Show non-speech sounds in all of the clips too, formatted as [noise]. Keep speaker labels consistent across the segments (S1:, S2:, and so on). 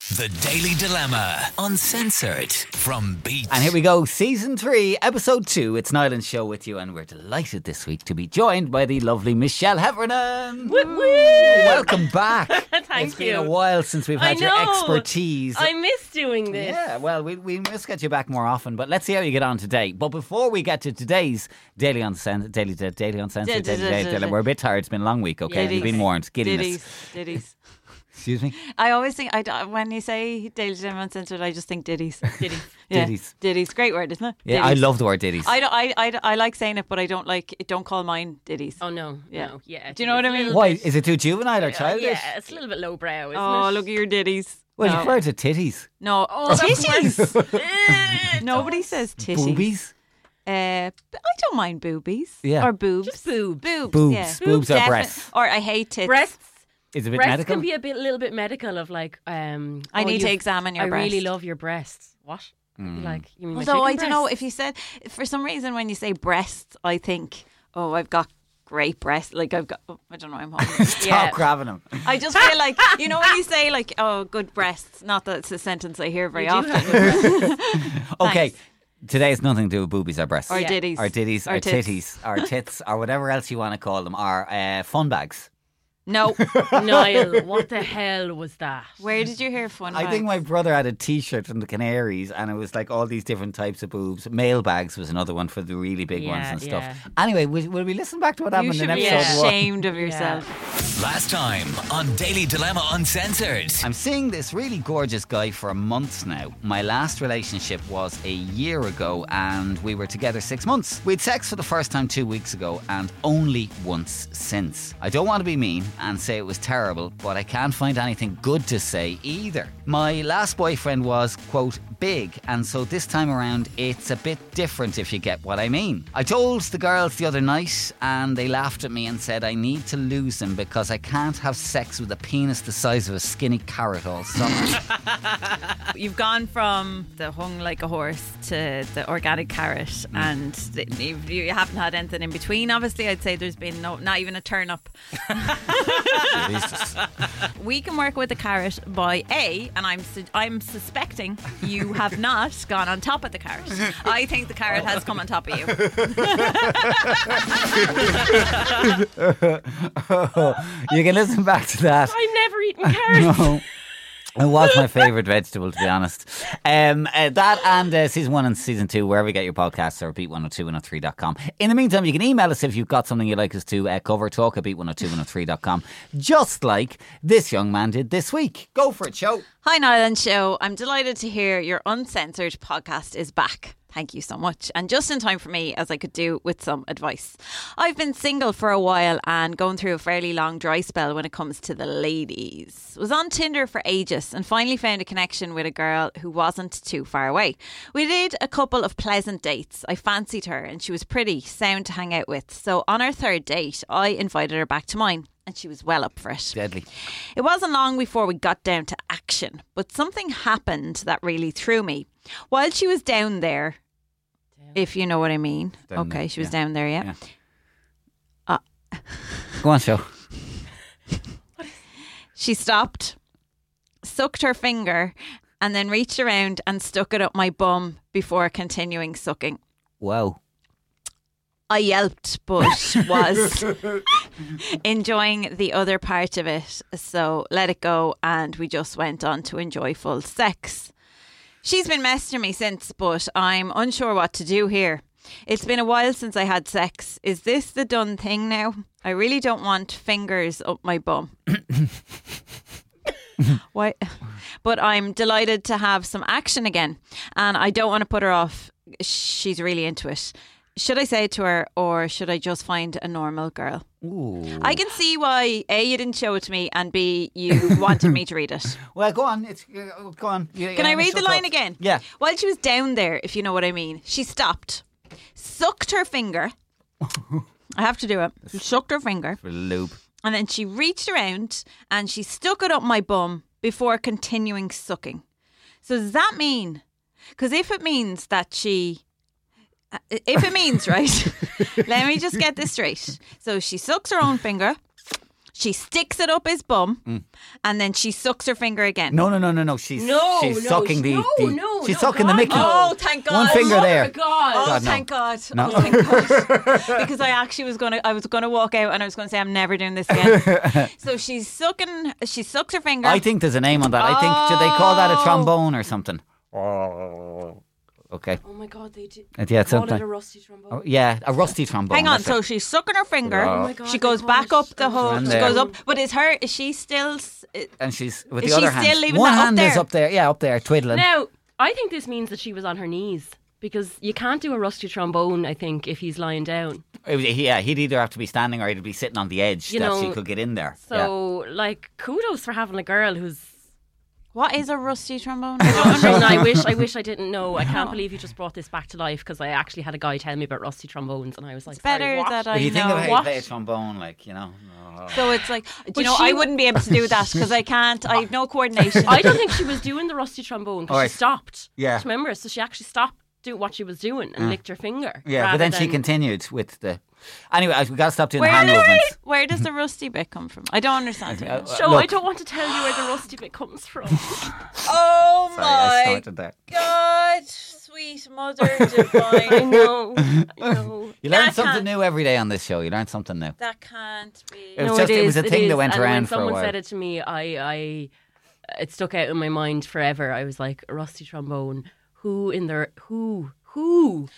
S1: The Daily Dilemma, uncensored from Beat.
S2: And here we go, season three, episode two. It's Nyland Show with you, and we're delighted this week to be joined by the lovely Michelle Heffernan.
S3: [laughs]
S2: Welcome back.
S3: Thank
S2: It's been a
S3: you.
S2: while since we've
S3: I
S2: had your
S3: know.
S2: expertise.
S3: I miss doing this.
S2: yeah, well, we, we must get you back more often, but let's see how you get on today. But before we get to today's Daily Uncensored, Daily, Daily, Daily Uncensored, Daily, Daily, Dilemma, we're a bit tired. It's been a long week, okay? You've been warned. Giddiness.
S4: Ditties, ditties.
S2: Excuse me?
S4: I always think I don't- when you say Daily Gym Uncensored, I just
S2: [laughs]
S4: think ditties. Ditties.
S2: Ditties.
S4: Ditties. Great word, isn't it?
S2: Yeah, I
S4: Ditties.
S2: love the word ditties.
S4: I, don't- I, I, I like saying it, but I don't like it. Don't call mine ditties.
S3: Oh no.
S4: Yeah.
S3: No. Yeah.
S4: Do you know what I mean?
S2: Why? Is it too juvenile or
S3: Uh,
S2: childish?
S3: yeah, it's a little bit lowbrow, isn't
S4: Oh,
S3: it?
S4: look at your ditties.
S2: Well,
S4: no.
S2: you've heard of titties. [laughs]
S4: no.
S3: Oh,
S4: titties.
S3: Eh,
S4: [laughs] Nobody says titties.
S2: Boobies?
S4: Uh, but I don't mind boobies.
S2: Yeah.
S4: Or boobs.
S3: Just boobs.
S4: Boobs.
S2: Boobs.
S4: Yeah.
S2: Boobs are
S4: Defi-
S2: breasts.
S4: Or I hate
S3: [laughs]
S4: tits.
S3: breasts.
S2: Is it a bit
S3: Breasts
S2: medical?
S3: can be a bit, little bit medical. Of like, um,
S4: I
S3: oh,
S4: need to
S3: you've-
S4: examine your
S3: I really
S4: breast.
S3: love your breasts. What? I'd be Like, you mean my
S4: Although I
S3: chicken
S4: don't know
S3: breasts?
S4: if you said for some reason when you say breasts, I think, oh, I've got great breasts. Like I've got, oh, I don't know, I'm hungry. [laughs]
S2: Stop
S3: Yeah.
S2: grabbing them.
S4: I just feel like you know when you say like, oh, good breasts. Not that it's a sentence I hear very
S3: You do
S4: often.
S3: have a-
S2: Okay. Today has nothing to do with boobies or breasts.
S4: Or
S3: Yeah.
S4: ditties.
S2: Or ditties, or,
S4: Or tits.
S2: titties, or
S4: [laughs]
S2: tits, or whatever else you want to call them, or uh, fun bags. [laughs]
S4: No, [laughs]
S3: Niall, what the hell was that?
S4: where did you hear fun?
S2: I think
S4: bags?
S2: my brother had a T-shirt from the Canaries, and it was like all these different types of boobs. Mail bags was another one for the really big ones
S3: Yeah,
S2: and stuff.
S3: yeah.
S2: Anyway, will, will we listen back to what
S4: you
S2: happened in
S4: should be
S2: episode
S3: yeah.
S2: one?
S4: ashamed of yourself.
S1: Last time on Daily Dilemma, uncensored.
S2: I'm seeing this really gorgeous guy for months now. My last relationship was a year ago and we were together six months. We had sex for the first time two weeks ago and only once since. I don't want to be mean and say it was terrible, but I can't find anything good to say either. My last boyfriend was, quote, big, and so this time around it's a bit different if you get what I mean. I told the girls the other night and they laughed at me and said I need to lose him because I can't have sex with a penis the size of a skinny carrot all [laughs] summer.
S4: You've gone from the hung like a horse to the organic carrot,
S2: Mm.
S4: and th- you you haven't had anything in between. Obviously, I'd say there's been no, not even a turn up. We can work with the carrot by A, and I'm su- I'm suspecting you have not gone on top of the carrot. I think the carrot has come on top of you.
S2: you can listen back to that.
S3: I'm never
S4: [laughs]
S3: eating carrots.
S2: No. It was my favourite vegetable, to be honest. Um, uh, that and uh, season one and season two, wherever you get your podcasts, or beat102103.com. In the meantime, you can email us if you've got something you'd like us to uh, cover. Talk at beat102103.com, just like this young man did this week. Go for it, show.
S4: Hi, Nyland Show. I'm delighted to hear your uncensored podcast is back. Thank you so much. And just in time for me, as I could do with some advice. I've been single for a while and going through a fairly long dry spell when it comes to the ladies. Was on Tinder for ages and finally found a connection with a girl who wasn't too far away. We did a couple of pleasant dates. I fancied her and she was pretty, sound to hang out with. So on our third date, I invited her back to mine and she was well up for it.
S2: Deadly.
S4: It wasn't long before we got down to action, but something happened that really threw me. While she was down there, if you know what I mean.
S2: Down
S4: okay,
S2: there,
S4: she was
S2: yeah.
S4: down there, yeah.
S2: Yeah. Go on, show.
S4: She stopped, sucked her finger, and then reached around and stuck it up my bum before continuing sucking.
S2: Wow.
S4: I yelped, but was enjoying the other part of it. So let it go, and we just went on to enjoy full sex. She's been messaging me since, but I'm unsure what to do here. It's been a while since I had sex. Is this the done thing now? I really don't want fingers up my bum. Why? [laughs] But I'm delighted to have some action again, and I don't want to put her off. She's really into it. Should I say it to her, or should I just find a normal girl?
S2: Ooh.
S4: I can see why a you didn't show it to me, and b you [laughs] wanted me to read
S2: [laughs]
S4: it.
S2: Well, go on. It's uh, go on.
S4: Can I read the line again?
S2: Yeah.
S4: While she was down there, if you know what I mean, she stopped, sucked
S2: [laughs]
S4: her finger. I have to do it. She sucked her finger,
S2: For loop.
S4: and then she reached around and she stuck it up my bum before continuing sucking. So does that mean? Because if it means that she, uh,
S2: [laughs]
S4: if [laughs] it means right, let me just get this straight. So she sucks her own finger. She sticks it up his bum and then she sucks her finger again.
S2: Mm. No, no, no, no, no. She's
S3: No,
S2: she's
S3: no,
S2: sucking the,
S3: she-
S2: the
S3: no, no,
S2: she's
S3: no,
S2: sucking the
S3: God,
S2: Mickey.
S3: no.
S4: Oh, thank God.
S2: One finger
S3: Oh,
S2: there.
S3: my God.
S4: Oh,
S2: God, no.
S4: thank God.
S2: No.
S4: Oh, thank
S2: [laughs]
S4: God. because I actually was going to, I was going to walk out and I was going to say, I'm never doing this
S2: [laughs]
S4: again. so she's sucking, she sucks her finger.
S2: I think there's a name on that. I think do they call that a
S4: Oh.
S2: trombone or something? Okay.
S3: Oh my god, they did.
S2: Uh, yeah, it's
S3: call it
S2: something.
S3: a rusty trombone.
S2: Oh, yeah, a rusty trombone.
S4: Hang on.
S2: that's it.
S4: So she's sucking her finger.
S2: Oh my
S3: God,
S4: she
S3: they
S4: goes
S3: call
S4: back
S3: it
S4: up the
S3: a
S4: whole, she
S2: there.
S4: goes up. But is her, is she still, s-
S2: and she's with
S4: Is
S2: the
S4: she
S2: other hand.
S4: still leaving
S2: One
S4: that up
S2: hand is
S4: there?
S2: up there. Yeah, up there, twiddling.
S3: Now, I think this means that she was on her knees because you can't do a rusty trombone. I think if he's lying down.
S2: It was- yeah, he'd either have to be standing or he'd be sitting on the edge
S3: You
S2: that
S3: know,
S2: she could get in there. Yeah.
S3: So, like, kudos for having a girl who's.
S4: what is a
S2: [laughs]
S4: rusty trombone? I don't
S3: wondering.
S4: understand.
S3: I wish, I wish I didn't know. I can't believe you just brought this back to life because I actually had a guy tell me about rusty trombones, and I was like,
S4: It's better
S3: Sorry, what?
S4: that I
S2: If you
S4: know.
S2: think of how you
S3: what?
S2: play a trombone, like, you know.
S4: So it's like, do you
S3: Well,
S4: know,
S3: she
S4: I
S3: wa-
S4: wouldn't be able to do that because I can't. I
S2: [laughs]
S4: have no coordination.
S3: I don't think she was doing the rusty trombone because
S2: Alright.
S3: she stopped.
S2: Yeah. Mm.
S3: Do you remember? So she actually stopped doing what she was doing and licked her finger.
S2: Yeah, but
S3: rather
S2: then she
S3: than-
S2: continued with the. Anyway, we've got to stop doing the
S4: Where,
S2: hand movements.
S4: where does the rusty bit come from? I don't understand. it.
S2: Uh,
S3: So I
S2: look,
S3: don't want to tell you where the rusty bit comes
S2: [laughs]
S3: from.
S4: Oh
S2: Sorry, I started there.
S4: God, sweet mother
S2: [laughs]
S4: divine.
S3: I know. I know.
S2: You learn
S4: That
S2: something
S4: can't-
S2: new every day on this show. You learn something new.
S4: that can't be.
S2: It was just- it was a thing that went
S3: and when
S2: around for a
S3: someone
S2: while.
S3: said it to me, I, I, it stuck out in my mind forever. I was like, rusty trombone. Who in their who who?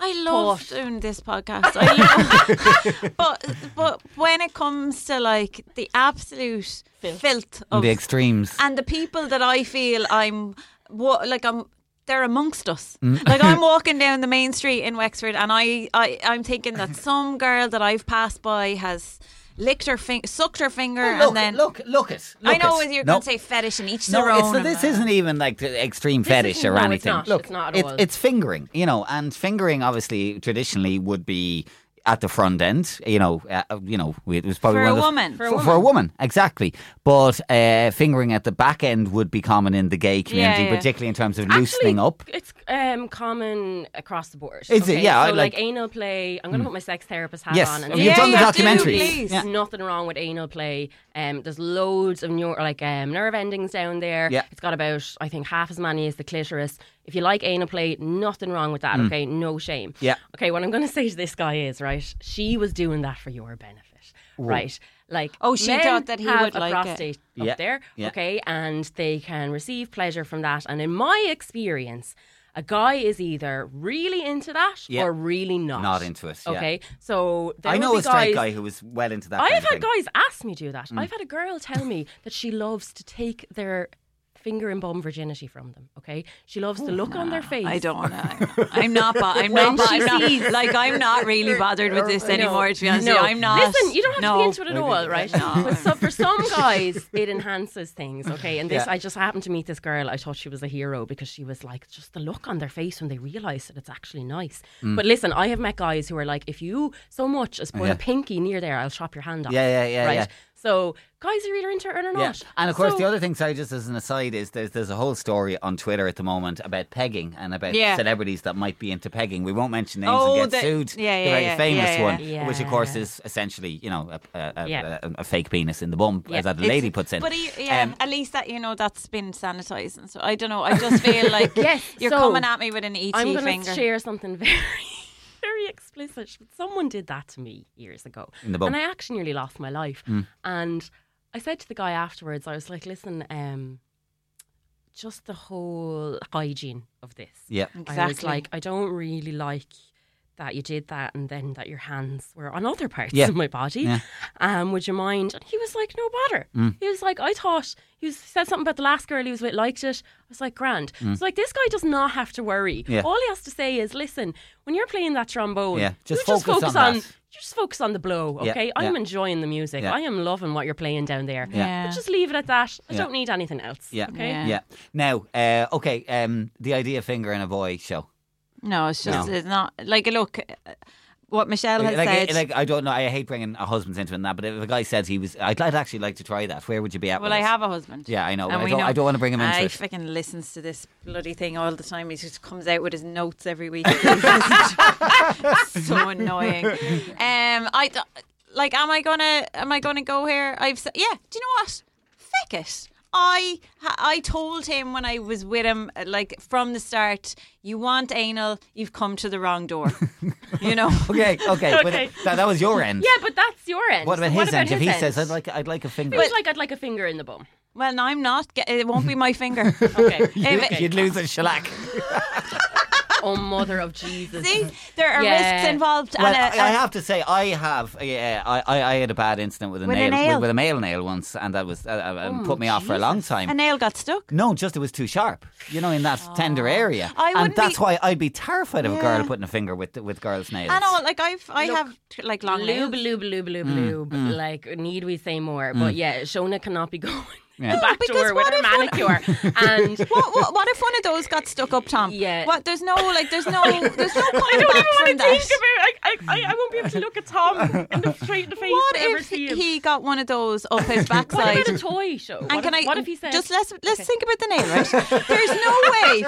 S4: I love doing this podcast. I
S2: [laughs]
S4: love, but but when it comes to like the absolute filth, of
S2: the extremes.
S4: and the people that I feel I'm wa- like I'm they're amongst us.
S2: Mm.
S4: [laughs] Like
S2: [laughs]
S4: I'm walking down the main street in Wexford and I, I I'm thinking that some girl that I've passed by has licked her finger sucked her finger
S2: Oh, look,
S4: and then
S2: look, look it.
S4: I
S2: look
S4: know
S2: it.
S4: you're
S2: No.
S4: gonna say fetish and each
S2: No,
S4: their
S2: it's,
S4: own.
S2: so this
S4: and-
S2: isn't even like the extreme fetish
S3: isn't-
S2: or
S3: no, it's
S2: anything.
S3: not.
S2: Look,
S3: It's not at all.
S2: it's fingering, you know, and fingering obviously traditionally would be at the front end, you know, uh, you know, it was probably
S4: For
S2: one
S4: a
S2: of the-
S4: woman.
S2: for, for a woman, exactly. But uh, fingering at the back end would be common in the gay community,
S4: yeah.
S2: particularly in terms of loosening up.
S3: It's um common across the board.
S2: Is it? Yeah, I
S3: So like,
S2: like- Hmm.
S3: anal play. I'm gonna put my sex therapist hat
S2: Yes,
S3: on. And
S2: you've
S3: say-
S4: Yeah,
S2: done the
S4: yeah, do,
S2: documentary.
S4: please.
S2: Yeah.
S3: There's nothing wrong with anal play. Um, there's loads of neuro, like um, nerve endings down there.
S2: Yeah.
S3: It's got about, I think, half as many as the clitoris. If you like anal play, nothing wrong with that, okay? No shame.
S2: Mm. Yeah.
S3: Okay, what I'm going to say to this guy is, right, she was doing that for your benefit, right? Like,
S4: Oh, she
S3: men
S4: thought that he
S3: have
S4: would
S3: a
S4: like it.
S3: prostate up
S2: Yeah,
S3: there,
S2: yeah.
S3: okay? And they can receive pleasure from that. And in my experience, a guy is either really into that
S2: Yeah.
S3: or really not.
S2: Not into it, yeah.
S3: Okay, so there
S2: I
S3: would
S2: know
S3: be
S2: a straight
S3: guys-
S2: guy who was well into that. kind
S3: I've
S2: of
S3: had
S2: thing. Mm.
S3: guys ask me do that. I've had a girl tell me that she loves to take their finger and bum virginity from them. Okay, she loves the look on their face.
S4: I don't want [laughs] to. I'm not. Bo- I'm
S3: When
S4: not. Bo-
S3: she
S4: I'm
S3: sees-
S4: not [laughs] like I'm not really bothered with this
S3: No.
S4: anymore. To be honest, with
S3: No.
S4: you. I'm not.
S3: Listen, you don't have
S4: no.
S3: to be into it at all, right?
S4: No.
S3: But so for
S2: [laughs]
S3: some guys, it enhances things, okay? And this,
S2: Yeah.
S3: I just happened to meet this girl. I thought she was a hero because she was like, just the look on their face when they realize that it's actually nice. But listen, I have met guys who are like, if you so much as put
S2: Mm. Yeah.
S3: a pinky near there, I'll chop your hand off.
S2: Yeah, yeah, yeah,
S3: Right?
S2: yeah.
S3: So guys are either into it or not.
S2: And of course,
S3: So-
S2: the other thing, sorry, just as an aside, is there's there's a whole story on Twitter at the moment about pegging and about
S4: Yeah.
S2: celebrities that might be into pegging. We won't mention names
S4: Oh,
S2: and get
S4: the-
S2: sued.
S4: yeah,
S2: the
S4: yeah,
S2: very
S4: yeah,
S2: famous
S4: yeah,
S2: one,
S3: yeah.
S2: which of course is essentially, you know, a, a, a,
S3: Yeah.
S2: a, a fake penis in the bum
S3: Yeah,
S2: that a
S4: It's-
S2: lady puts in.
S4: But he- yeah,
S2: Um,
S4: at least that you know that's been sanitized, and so I don't know. I just feel like
S3: Yes,
S4: [laughs] you're
S3: so
S4: coming at me with an ET
S3: I'm gonna
S4: finger.
S3: share something [laughs] very, very explicit. But someone did that to me years ago,
S2: In the Hmm. bum.
S3: and I actually nearly lost my life. And I said to the guy afterwards, I was like, "Listen, um, just the whole hygiene of this.
S2: yeah.
S3: I was
S4: Exactly.
S3: like, I don't really like." That you did that, and then that your hands were on other parts
S2: Yeah.
S3: of my body.
S2: Yeah. Mm.
S3: Um, would you mind? And he was like, no bother. He was like, I thought he was, said something about the last girl he was with liked it. I was like, grand. So like, this guy does not have to worry.
S2: Mm. Yeah.
S3: All he has to say is, listen, when you're playing that trombone,
S2: Yeah, just
S3: you just
S2: focus
S3: focus
S2: on
S3: on,
S2: that.
S3: you just focus on the blow.
S2: Yeah,
S3: Okay,
S2: yeah.
S3: I'm enjoying the music.
S2: Yeah.
S3: I am loving what you're playing down there.
S4: Yeah.
S3: But just leave it at that. I
S2: Yeah.
S3: don't need anything else.
S2: Yeah.
S3: Okay.
S4: Yeah.
S2: Yeah. Now, uh, okay, um, the idea of finger in a boy show.
S4: no, it's just
S2: No.
S4: it's not like look. uh, What Michelle has
S2: like,
S4: said.
S2: like, I don't know. I hate bringing a husband's into it and that, but if a guy says he was, I'd, I'd actually like to try that. Where would you be at?
S4: well,
S2: with
S4: I
S2: it?
S4: have a husband.
S2: Yeah, I know.
S4: And
S2: I
S4: we
S2: don't, I don't want to bring him into
S4: I
S2: it.
S4: freaking listens to this bloody thing all the time. He just comes out with
S2: [laughs]
S4: his notes every week. so annoying. Um, I. d- Like, am I gonna am I gonna go here? I've said, yeah. Do you know what? Feck it. I ha- I told him when I was with him, uh, like from the start, you want anal, you've come to the
S2: [laughs]
S4: wrong door. you know.
S2: Okay, okay.
S4: [laughs]
S2: But
S3: Okay.
S2: that, that was your end.
S3: Yeah, but that's your end.
S2: What about his end? if he
S3: his
S2: says,
S3: end?
S2: "I'd like, I'd like a finger,"
S3: Feels like I'd like a finger in the [laughs] bum.
S4: Well, no, I'm not. Get, it won't be my
S2: [laughs]
S4: finger.
S3: Okay.
S4: If
S3: okay.
S2: [laughs] you'd lose a shellac.
S3: Oh, mother of Jesus.
S4: See, there are
S3: Yeah.
S4: risks involved.
S2: Well,
S4: and
S2: I, I
S4: a-
S2: have to say, I have. Yeah, I, I, I had a bad incident with a
S4: With a
S2: nail,
S4: nail?
S2: With, with a male nail once, and that was uh, uh, um, put me off for a long time.
S4: a nail got stuck.
S2: no, just it was too sharp, you know, in that tender area,
S4: I
S2: and
S4: wouldn't be-
S2: that's why I'd be terrified of a
S4: Yeah.
S2: girl putting a finger with with girls' nails.
S4: And all like I've I
S3: Look,
S4: have t- like long
S3: Lube,
S4: nails.
S3: lube, lube, lube, lube. Like, need we say more? But yeah, Shona cannot be [laughs] going
S2: Yeah.
S3: the back
S4: because
S3: door with
S4: what
S3: her
S4: if
S3: [laughs] manicure. and
S4: [laughs] What, what what if one of those got stuck up, Tom?
S3: Yeah.
S4: What? There's no like.
S3: [laughs]
S4: There's no. There's no coming
S3: don't
S4: back
S3: even
S4: from
S3: want to
S4: that.
S3: think about it. I, I, I won't be able to look at Tom in the, straight in the face
S4: What
S3: and ever
S4: if
S3: see him.
S4: he got one of those up
S3: [laughs]
S4: his
S3: what
S4: backside?
S3: about a toy show?
S4: And
S3: what,
S4: can
S3: if,
S4: I?
S3: what if he said,
S4: Just let's let's think about the nail, right? There's
S3: [laughs]
S4: no way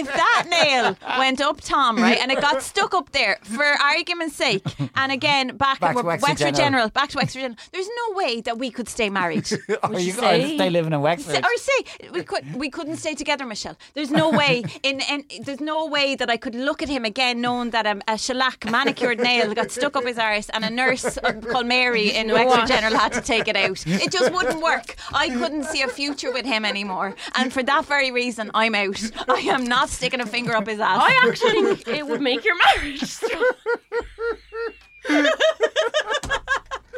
S4: if that nail went up Tom, right, and it got stuck up there for argument's sake, and again back,
S2: Back to
S4: we're-
S2: Wexford General.
S4: back to Wexford General. There's no way that we could stay married.
S2: [laughs] are
S3: you
S2: you going to
S3: say-
S2: stay living in Wexford?
S4: Or say we could we couldn't stay together, Michelle. There's no way in, in there's no way that I could look at him again, knowing that um, a shellac manicured nail got stuck up his arse, and a nurse uh, called Mary in Wexford General had to take it out. It just wouldn't work. I couldn't see a future with him anymore, and for that very reason, I'm out. I am not sticking a finger up his ass.
S3: I actually think [laughs] it would make your [laughs] marriage strong.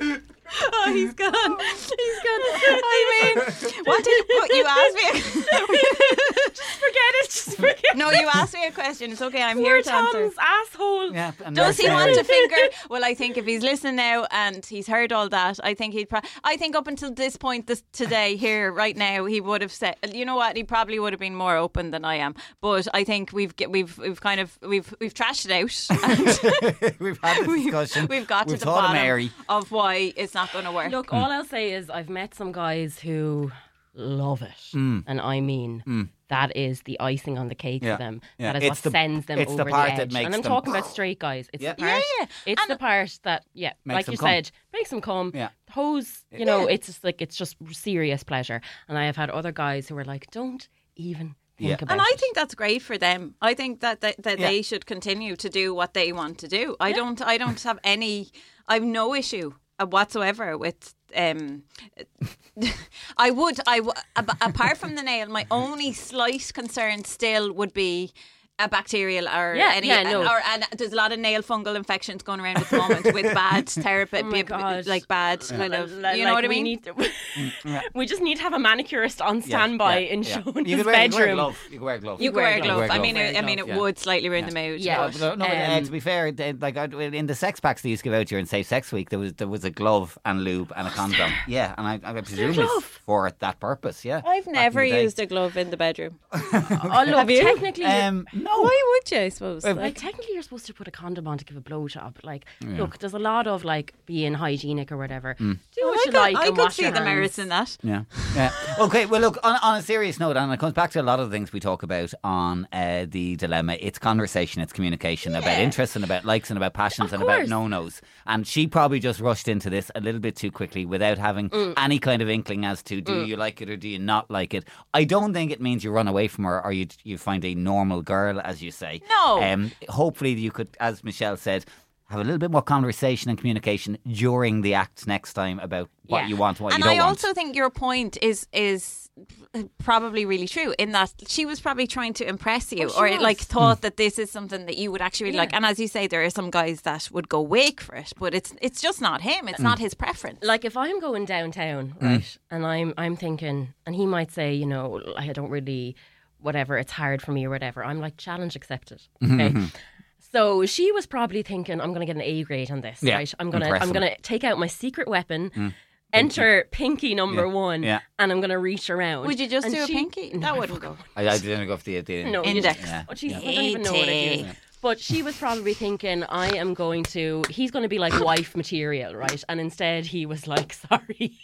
S4: oh, he's gone. He's gone. I mean, what did what you asked me?
S3: Forget it. Just forget it.
S4: [laughs] no, you asked me a question. It's okay. I'm
S3: Poor
S4: here to answer.
S3: Tom's asshole.
S2: yeah, and
S4: Does
S2: there's
S4: [laughs] he
S2: Mary.
S4: want a finger? Well, I think if he's listening now and he's heard all that, I think he'd. Pro- I think up until this point, this today, here, right now, he would have said, "You know what? He probably would have been more open than I am." But I think we've g- we've we've kind of we've we've trashed it out. [laughs] And
S2: [laughs] We've had the discussion.
S4: we've got to
S2: We've
S4: the
S2: taught him
S4: bottom
S2: Mary.
S4: of why it's not going to work.
S3: Look, all I'll say is I've met some guys who love it, and I mean that is the icing on the cake
S2: Mm. Yeah,
S3: for them.
S2: yeah.
S3: That is
S2: It's
S3: what
S2: the-
S3: sends them
S2: it's the
S3: over
S2: part
S3: edge.
S2: that makes
S3: and I'm
S2: them-
S3: talking
S2: [sniffs]
S3: about straight guys. It's the
S2: Yeah.
S3: part.
S4: Yeah, yeah.
S3: It's
S4: And-
S3: the part that yeah,
S2: Makes
S3: like
S2: them
S3: you
S2: come.
S3: said, makes them come.
S2: Yeah.
S3: Hose, you know, it's just like it's just serious pleasure. And I have had other guys who are like, don't even think
S2: Yeah.
S3: about
S4: and I
S3: it.
S4: think that's great for them. I think that that, that
S2: Yeah.
S4: they should continue to do what they want to do. I don't. I don't have any. I've no issue uh, whatsoever with. Um, [laughs] I would. I w- ab- apart from the nail, my only slight concern still would be. A bacterial or
S3: Yeah,
S4: any,
S3: yeah, no.
S4: or and there's a lot of nail fungal infections going around at the
S3: [laughs]
S4: moment with bad therapy,
S3: Oh my God.
S4: like bad kind of, you
S3: Like,
S4: know what I
S3: we
S4: mean?
S3: need to- [laughs] we just need to have a manicurist on
S2: Mm, Yeah,
S3: standby
S2: yeah,
S3: in
S2: yeah.
S3: Sean's
S2: You could wear, You could wear a
S3: bedroom.
S2: glove. You could wear a glove.
S4: you could wear a glove.
S2: Wear a
S4: I
S2: glove.
S4: mean,
S3: Wear a
S4: it, I mean, it
S2: glove, yeah.
S4: would slightly ruin the mood.
S3: Yeah.
S4: but-
S2: Uh, No, no, but, uh,
S3: Um,
S2: to be fair, they- like I, in the sex packs they used to give out during, say, sex week, there was there was a glove and lube and a condom. Yeah, and I, I presume it's for that purpose. Yeah,
S4: I've
S2: back in
S4: never
S2: the day.
S4: used a glove in the bedroom.
S3: Oh, look, technically,
S2: Um, no,
S4: [laughs] Why would you? I suppose.
S2: Well,
S4: Like,
S3: Like technically, you're supposed to put a condom on to give a blowjob. Like, look, there's a lot of like being hygienic or whatever.
S2: Hmm.
S3: Do what
S4: I
S3: you
S4: could,
S3: like.
S4: I
S3: and
S4: could
S3: wash
S4: see
S3: your
S4: the merits
S3: hands.
S4: in that.
S2: Yeah. [laughs] Yeah. Okay. Well, look, on, on a serious note, and it comes back to a lot of the things we talk about on uh, the dilemma. It's conversation, it's communication about interests and about likes and about passions and about
S3: course.
S2: no nos. And she probably just rushed into this a little bit too quickly without having
S4: Mm.
S2: any kind of inkling as to do you like it or do you not like it. I don't think it means you run away from her or you you find a normal girl, as you say.
S4: No.
S2: Um, hopefully, you could, as Michelle said. Have a little bit more conversation and communication during the act next time about what
S3: Yeah.
S2: you want, what you
S4: and
S2: don't
S4: I
S2: want.
S4: also think your point is is probably really true in that she was probably trying to impress you
S3: she
S4: or
S3: was. Hmm.
S4: like thought that this is something that you would actually like. And as you say, there are some guys that would go wake for it, but it's it's just not him.
S3: Hmm.
S4: It's not his preference.
S3: Like, if I'm going downtown,
S2: Hmm.
S3: right, and I'm I'm thinking, and he might say, you know, I don't really, whatever, it's hard for me or whatever. I'm like challenge accepted. Okay.
S2: [laughs]
S3: So she was probably thinking, I'm going to get an A grade on this,
S2: Yeah,
S3: right? I'm gonna
S2: impress
S3: I'm
S2: him.
S3: gonna take out my secret weapon. Enter pinky number one,
S2: Yeah.
S3: and I'm gonna reach around.
S4: would you just
S3: And
S4: do
S3: she-
S4: a pinky?
S3: No,
S4: that wouldn't go.
S2: I, I didn't go for the, the
S3: No, you
S4: Index.
S3: didn't. Oh, Jesus, I don't even know what it
S4: Eighty.
S3: is. But she was probably thinking, I am going to, he's going to be like [laughs] wife material, right? And instead he was like, sorry.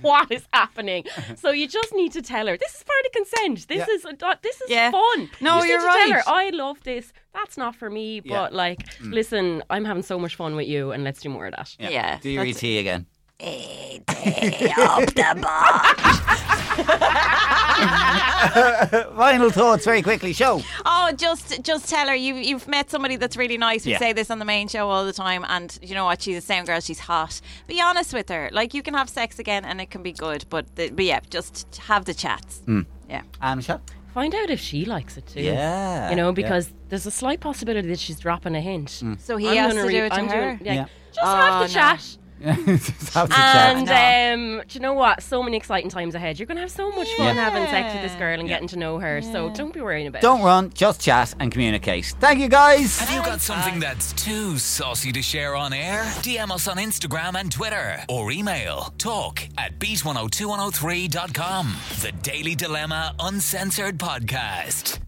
S3: what is happening? So you just need to tell her this is part of consent. This
S2: Yeah.
S3: is a- this is
S4: Yeah.
S3: fun.
S4: No,
S3: you just need
S4: you're
S3: to Tell her,
S4: right.
S3: I love this. That's not for me, but like, listen, I'm having so much fun with you, and let's do more of that.
S4: Yeah. yeah.
S2: Do your ET again. [laughs] Final thoughts very quickly. Show.
S4: Oh, just just tell her you you've met somebody that's really nice. We
S2: Yeah.
S4: say this on the main show all the time, and you know what? She's a sound girl. She's hot. Be honest with her. Like you can have sex again, and it can be good. But the, but yeah, just have the chats. Yeah.
S2: Um, shot.
S3: Find out if she likes it too.
S2: Yeah.
S3: You
S2: Yeah.
S3: know,
S2: [laughs]
S3: because there's a slight possibility that she's dropping a hint.
S4: So Mm. he
S3: I'm
S4: has
S3: gonna
S4: to
S3: re-
S4: do it to
S3: I'm
S4: her.
S3: doing- yeah.
S2: Yeah.
S3: Just have
S4: Oh,
S3: the
S4: no.
S3: chat.
S2: Just have to chat.
S3: And um, do you know what? So many exciting times ahead. You're going to have so much fun
S4: Yeah.
S3: having sex with this girl and getting to know her. So don't be worrying about
S2: Don't run, just chat and communicate. Thank you guys.
S1: Have you got something that's too saucy to share on air? DM us on Instagram and Twitter or email talk at beat102103.com. The Daily Dilemma Uncensored Podcast.